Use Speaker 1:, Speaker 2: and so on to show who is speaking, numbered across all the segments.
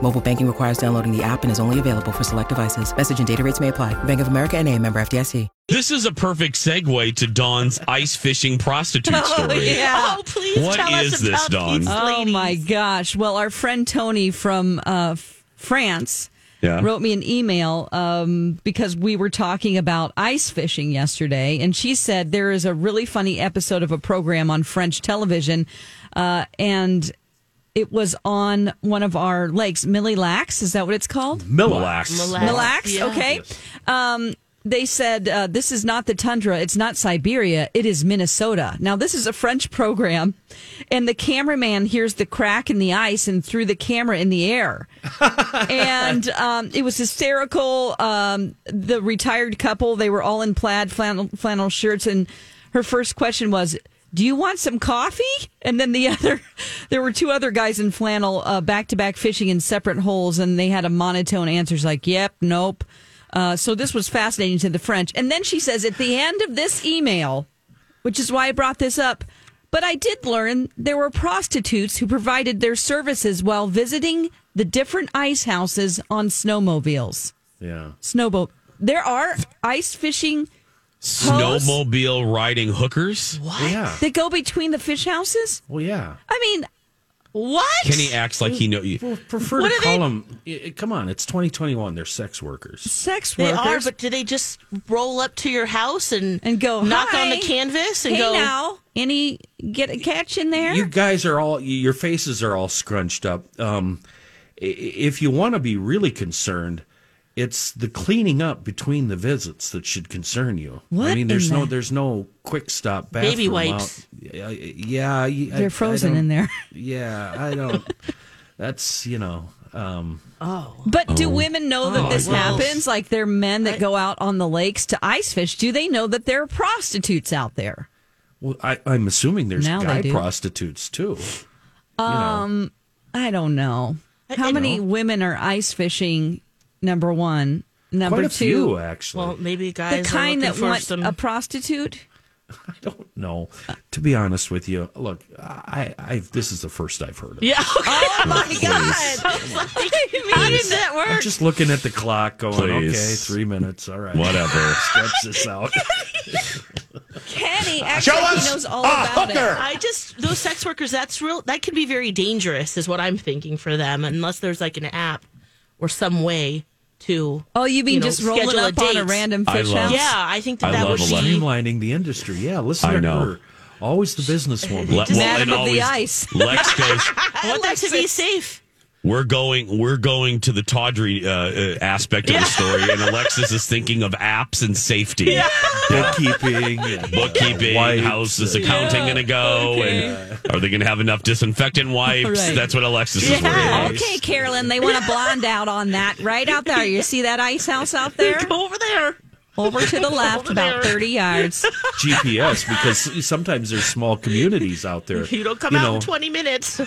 Speaker 1: Mobile banking requires downloading the app and is only available for select devices. Message and data rates may apply. Bank of America and a member FDIC.
Speaker 2: This is a perfect segue to Dawn's ice fishing prostitute story.
Speaker 3: yeah.
Speaker 4: Oh, please
Speaker 2: What
Speaker 4: tell
Speaker 2: is
Speaker 4: us
Speaker 2: this,
Speaker 4: about
Speaker 2: Dawn?
Speaker 4: these
Speaker 3: Oh
Speaker 4: ladies.
Speaker 3: my gosh. Well, our friend Tony from uh, F- France
Speaker 2: Yeah.
Speaker 3: wrote me an email um, because we were talking about ice fishing yesterday. And she said there is a really funny episode of a program on French television. Uh, and it was on one of our lakes, Millie Lacs. Is that what it's called?
Speaker 2: Milax.
Speaker 4: Milax.
Speaker 3: Relax.
Speaker 4: Yeah.
Speaker 3: Okay. Um, they said uh, this is not the tundra. It's not Siberia. It is Minnesota. Now this is a French program, and the cameraman hears the crack in the ice and threw the camera in the air, and um, it was hysterical. Um, the retired couple they were all in plaid flannel, flannel shirts, and her first question was. Do you want some coffee? And then the other, there were two other guys in flannel, uh, back to back fishing in separate holes, and they had a monotone answers like, "Yep, nope." Uh, so this was fascinating to the French. And then she says at the end of this email, which is why I brought this up, but I did learn there were prostitutes who provided their services while visiting the different ice houses on snowmobiles.
Speaker 5: Yeah.
Speaker 3: Snowboat. There are ice fishing
Speaker 2: Snowmobile riding hookers.
Speaker 5: Yeah.
Speaker 3: that go between the fish houses.
Speaker 5: Well, yeah.
Speaker 3: I mean, what?
Speaker 2: Kenny acts like he know you.
Speaker 5: Well, prefer
Speaker 3: What
Speaker 5: to
Speaker 3: are
Speaker 5: call them. i- i- Come on, it's 2021. They're sex workers.
Speaker 3: Sex
Speaker 4: They
Speaker 3: workers.
Speaker 4: are, but do they just roll up to your house and
Speaker 3: and go
Speaker 4: knock
Speaker 3: "Hi,
Speaker 4: on the canvas and
Speaker 3: hey
Speaker 4: go?
Speaker 3: now any get a catch in there
Speaker 5: You guys are all. y- Your faces are all scrunched up. Um, i- i- if you want to be really concerned, it's the cleaning up between the visits that should concern you.
Speaker 3: What
Speaker 5: I mean,
Speaker 3: in
Speaker 5: there's no
Speaker 3: the-
Speaker 5: there's no quick stop bathroom.
Speaker 4: Baby wipes.
Speaker 5: out. Yeah, yeah. y- I- I
Speaker 3: they're frozen
Speaker 5: don't-
Speaker 3: in there
Speaker 5: Yeah, I don't. that's you know. Um,
Speaker 3: but do
Speaker 5: Oh.
Speaker 3: women know that this
Speaker 5: well.
Speaker 3: happens like they're men that go out on the lakes to ice fish do they know that there are prostitutes out there
Speaker 5: well, I, I'm assuming there's
Speaker 3: Now they
Speaker 5: guy
Speaker 3: do.
Speaker 5: prostitutes too. Um,
Speaker 3: i don't know how
Speaker 4: I
Speaker 3: many women are ice fishing number one number
Speaker 5: quite a
Speaker 3: two
Speaker 5: few actually.
Speaker 4: Well, maybe
Speaker 3: the
Speaker 4: guys
Speaker 3: kind
Speaker 4: are looking
Speaker 3: that
Speaker 4: for
Speaker 3: want
Speaker 4: some.
Speaker 3: a prostitute
Speaker 5: don't know. To be honest with you, look, I, I this is the first I've heard of.
Speaker 4: yeah.
Speaker 3: oh my god
Speaker 4: How did that
Speaker 5: I'm
Speaker 4: work?
Speaker 5: just looking at the clock, going,
Speaker 2: Please.
Speaker 5: okay, three minutes, all right.
Speaker 2: Whatever.
Speaker 5: Stretch this out.
Speaker 3: kenny actually he knows all about it
Speaker 4: I just those sex workers. That's real. That could be very dangerous, is what I'm thinking for them. Unless there's like an app or some way to.
Speaker 3: oh you mean
Speaker 4: you know,
Speaker 3: just rolling
Speaker 4: schedule a
Speaker 3: up on a
Speaker 4: date.
Speaker 3: random
Speaker 2: I
Speaker 3: fish
Speaker 2: love-
Speaker 3: house
Speaker 4: Yeah, I think that
Speaker 2: I
Speaker 4: that
Speaker 2: love
Speaker 4: would
Speaker 2: a
Speaker 4: be.
Speaker 5: Streamlining the industry. Yeah, listen
Speaker 2: I
Speaker 5: to
Speaker 2: know.
Speaker 5: her. Always the businesswoman.
Speaker 2: Le-
Speaker 3: Madam
Speaker 2: and
Speaker 3: of the ice.
Speaker 2: Lex goes.
Speaker 4: I want them to be safe.
Speaker 2: We're going. We're going to the tawdry uh, uh, aspect of the story, and Alexis is thinking of apps and safety.
Speaker 5: bookkeeping. and, uh,
Speaker 2: Bookkeeping,
Speaker 5: wipes,
Speaker 2: how's this
Speaker 5: and-
Speaker 2: accounting going to go? And are they going to have enough disinfectant wipes?
Speaker 3: Right.
Speaker 2: That's what Alexis is worried
Speaker 4: Yeah.
Speaker 2: about.
Speaker 3: Okay, Carolyn, they want a blonde out on that right out there. You see that ice house out there?
Speaker 4: Go over there.
Speaker 3: Over to the left,
Speaker 4: Over
Speaker 3: about
Speaker 4: there.
Speaker 3: 30 yards.
Speaker 5: GPS because sometimes there's small communities out there.
Speaker 4: You don't come out in 20 minutes.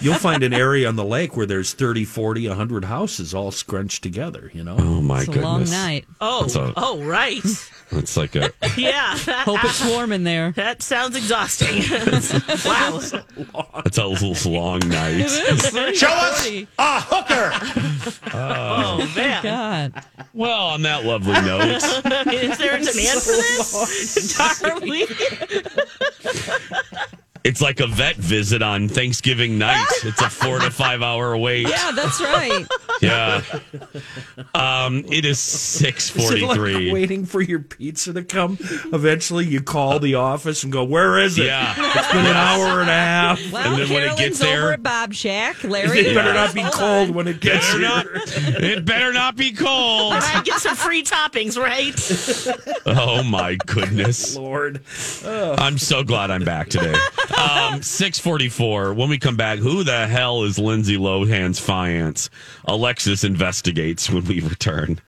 Speaker 5: You'll find an area on the lake where there's 30, 40, 100 houses all scrunched together, you know?
Speaker 2: Oh my
Speaker 3: It's a
Speaker 2: goodness!
Speaker 3: long night.
Speaker 4: Oh,
Speaker 2: That's a-
Speaker 4: oh, right.
Speaker 2: It's like a
Speaker 4: Yeah.
Speaker 3: Hope it's warm in there.
Speaker 4: That sounds exhausting. wow.
Speaker 2: It's a l- long night.
Speaker 4: Show us.
Speaker 2: a hooker.
Speaker 4: Oh, man.
Speaker 3: God.
Speaker 2: Well, on that lovely note,
Speaker 4: Is there a demand for this? Darling.
Speaker 2: it's like a vet visit on Thanksgiving night. It's a four to five hour wait.
Speaker 3: Yeah, that's right.
Speaker 2: Yeah. Um, it is six
Speaker 5: Is it
Speaker 2: forty
Speaker 5: like
Speaker 2: three.
Speaker 5: waiting for your pizza to come? Eventually, you call the office and go, "Where is it?
Speaker 2: Yeah.
Speaker 5: It's been an hour and a half.
Speaker 3: Well,
Speaker 2: And then when it
Speaker 3: Carolyn's
Speaker 2: gets
Speaker 3: over
Speaker 2: there-
Speaker 3: at Bob Shack.
Speaker 5: It
Speaker 3: Larry,
Speaker 5: better not be
Speaker 3: hold
Speaker 5: cold
Speaker 3: on.
Speaker 5: when it gets
Speaker 2: Better
Speaker 5: here."
Speaker 2: not, it better not be cold.
Speaker 4: All right, get some free toppings, right?
Speaker 2: Oh my goodness.
Speaker 5: Lord,
Speaker 2: I'm so glad I'm back today. Um, 644. When we come back, who the hell is Lindsay Lohan's fiance? Alexis investigates when we return.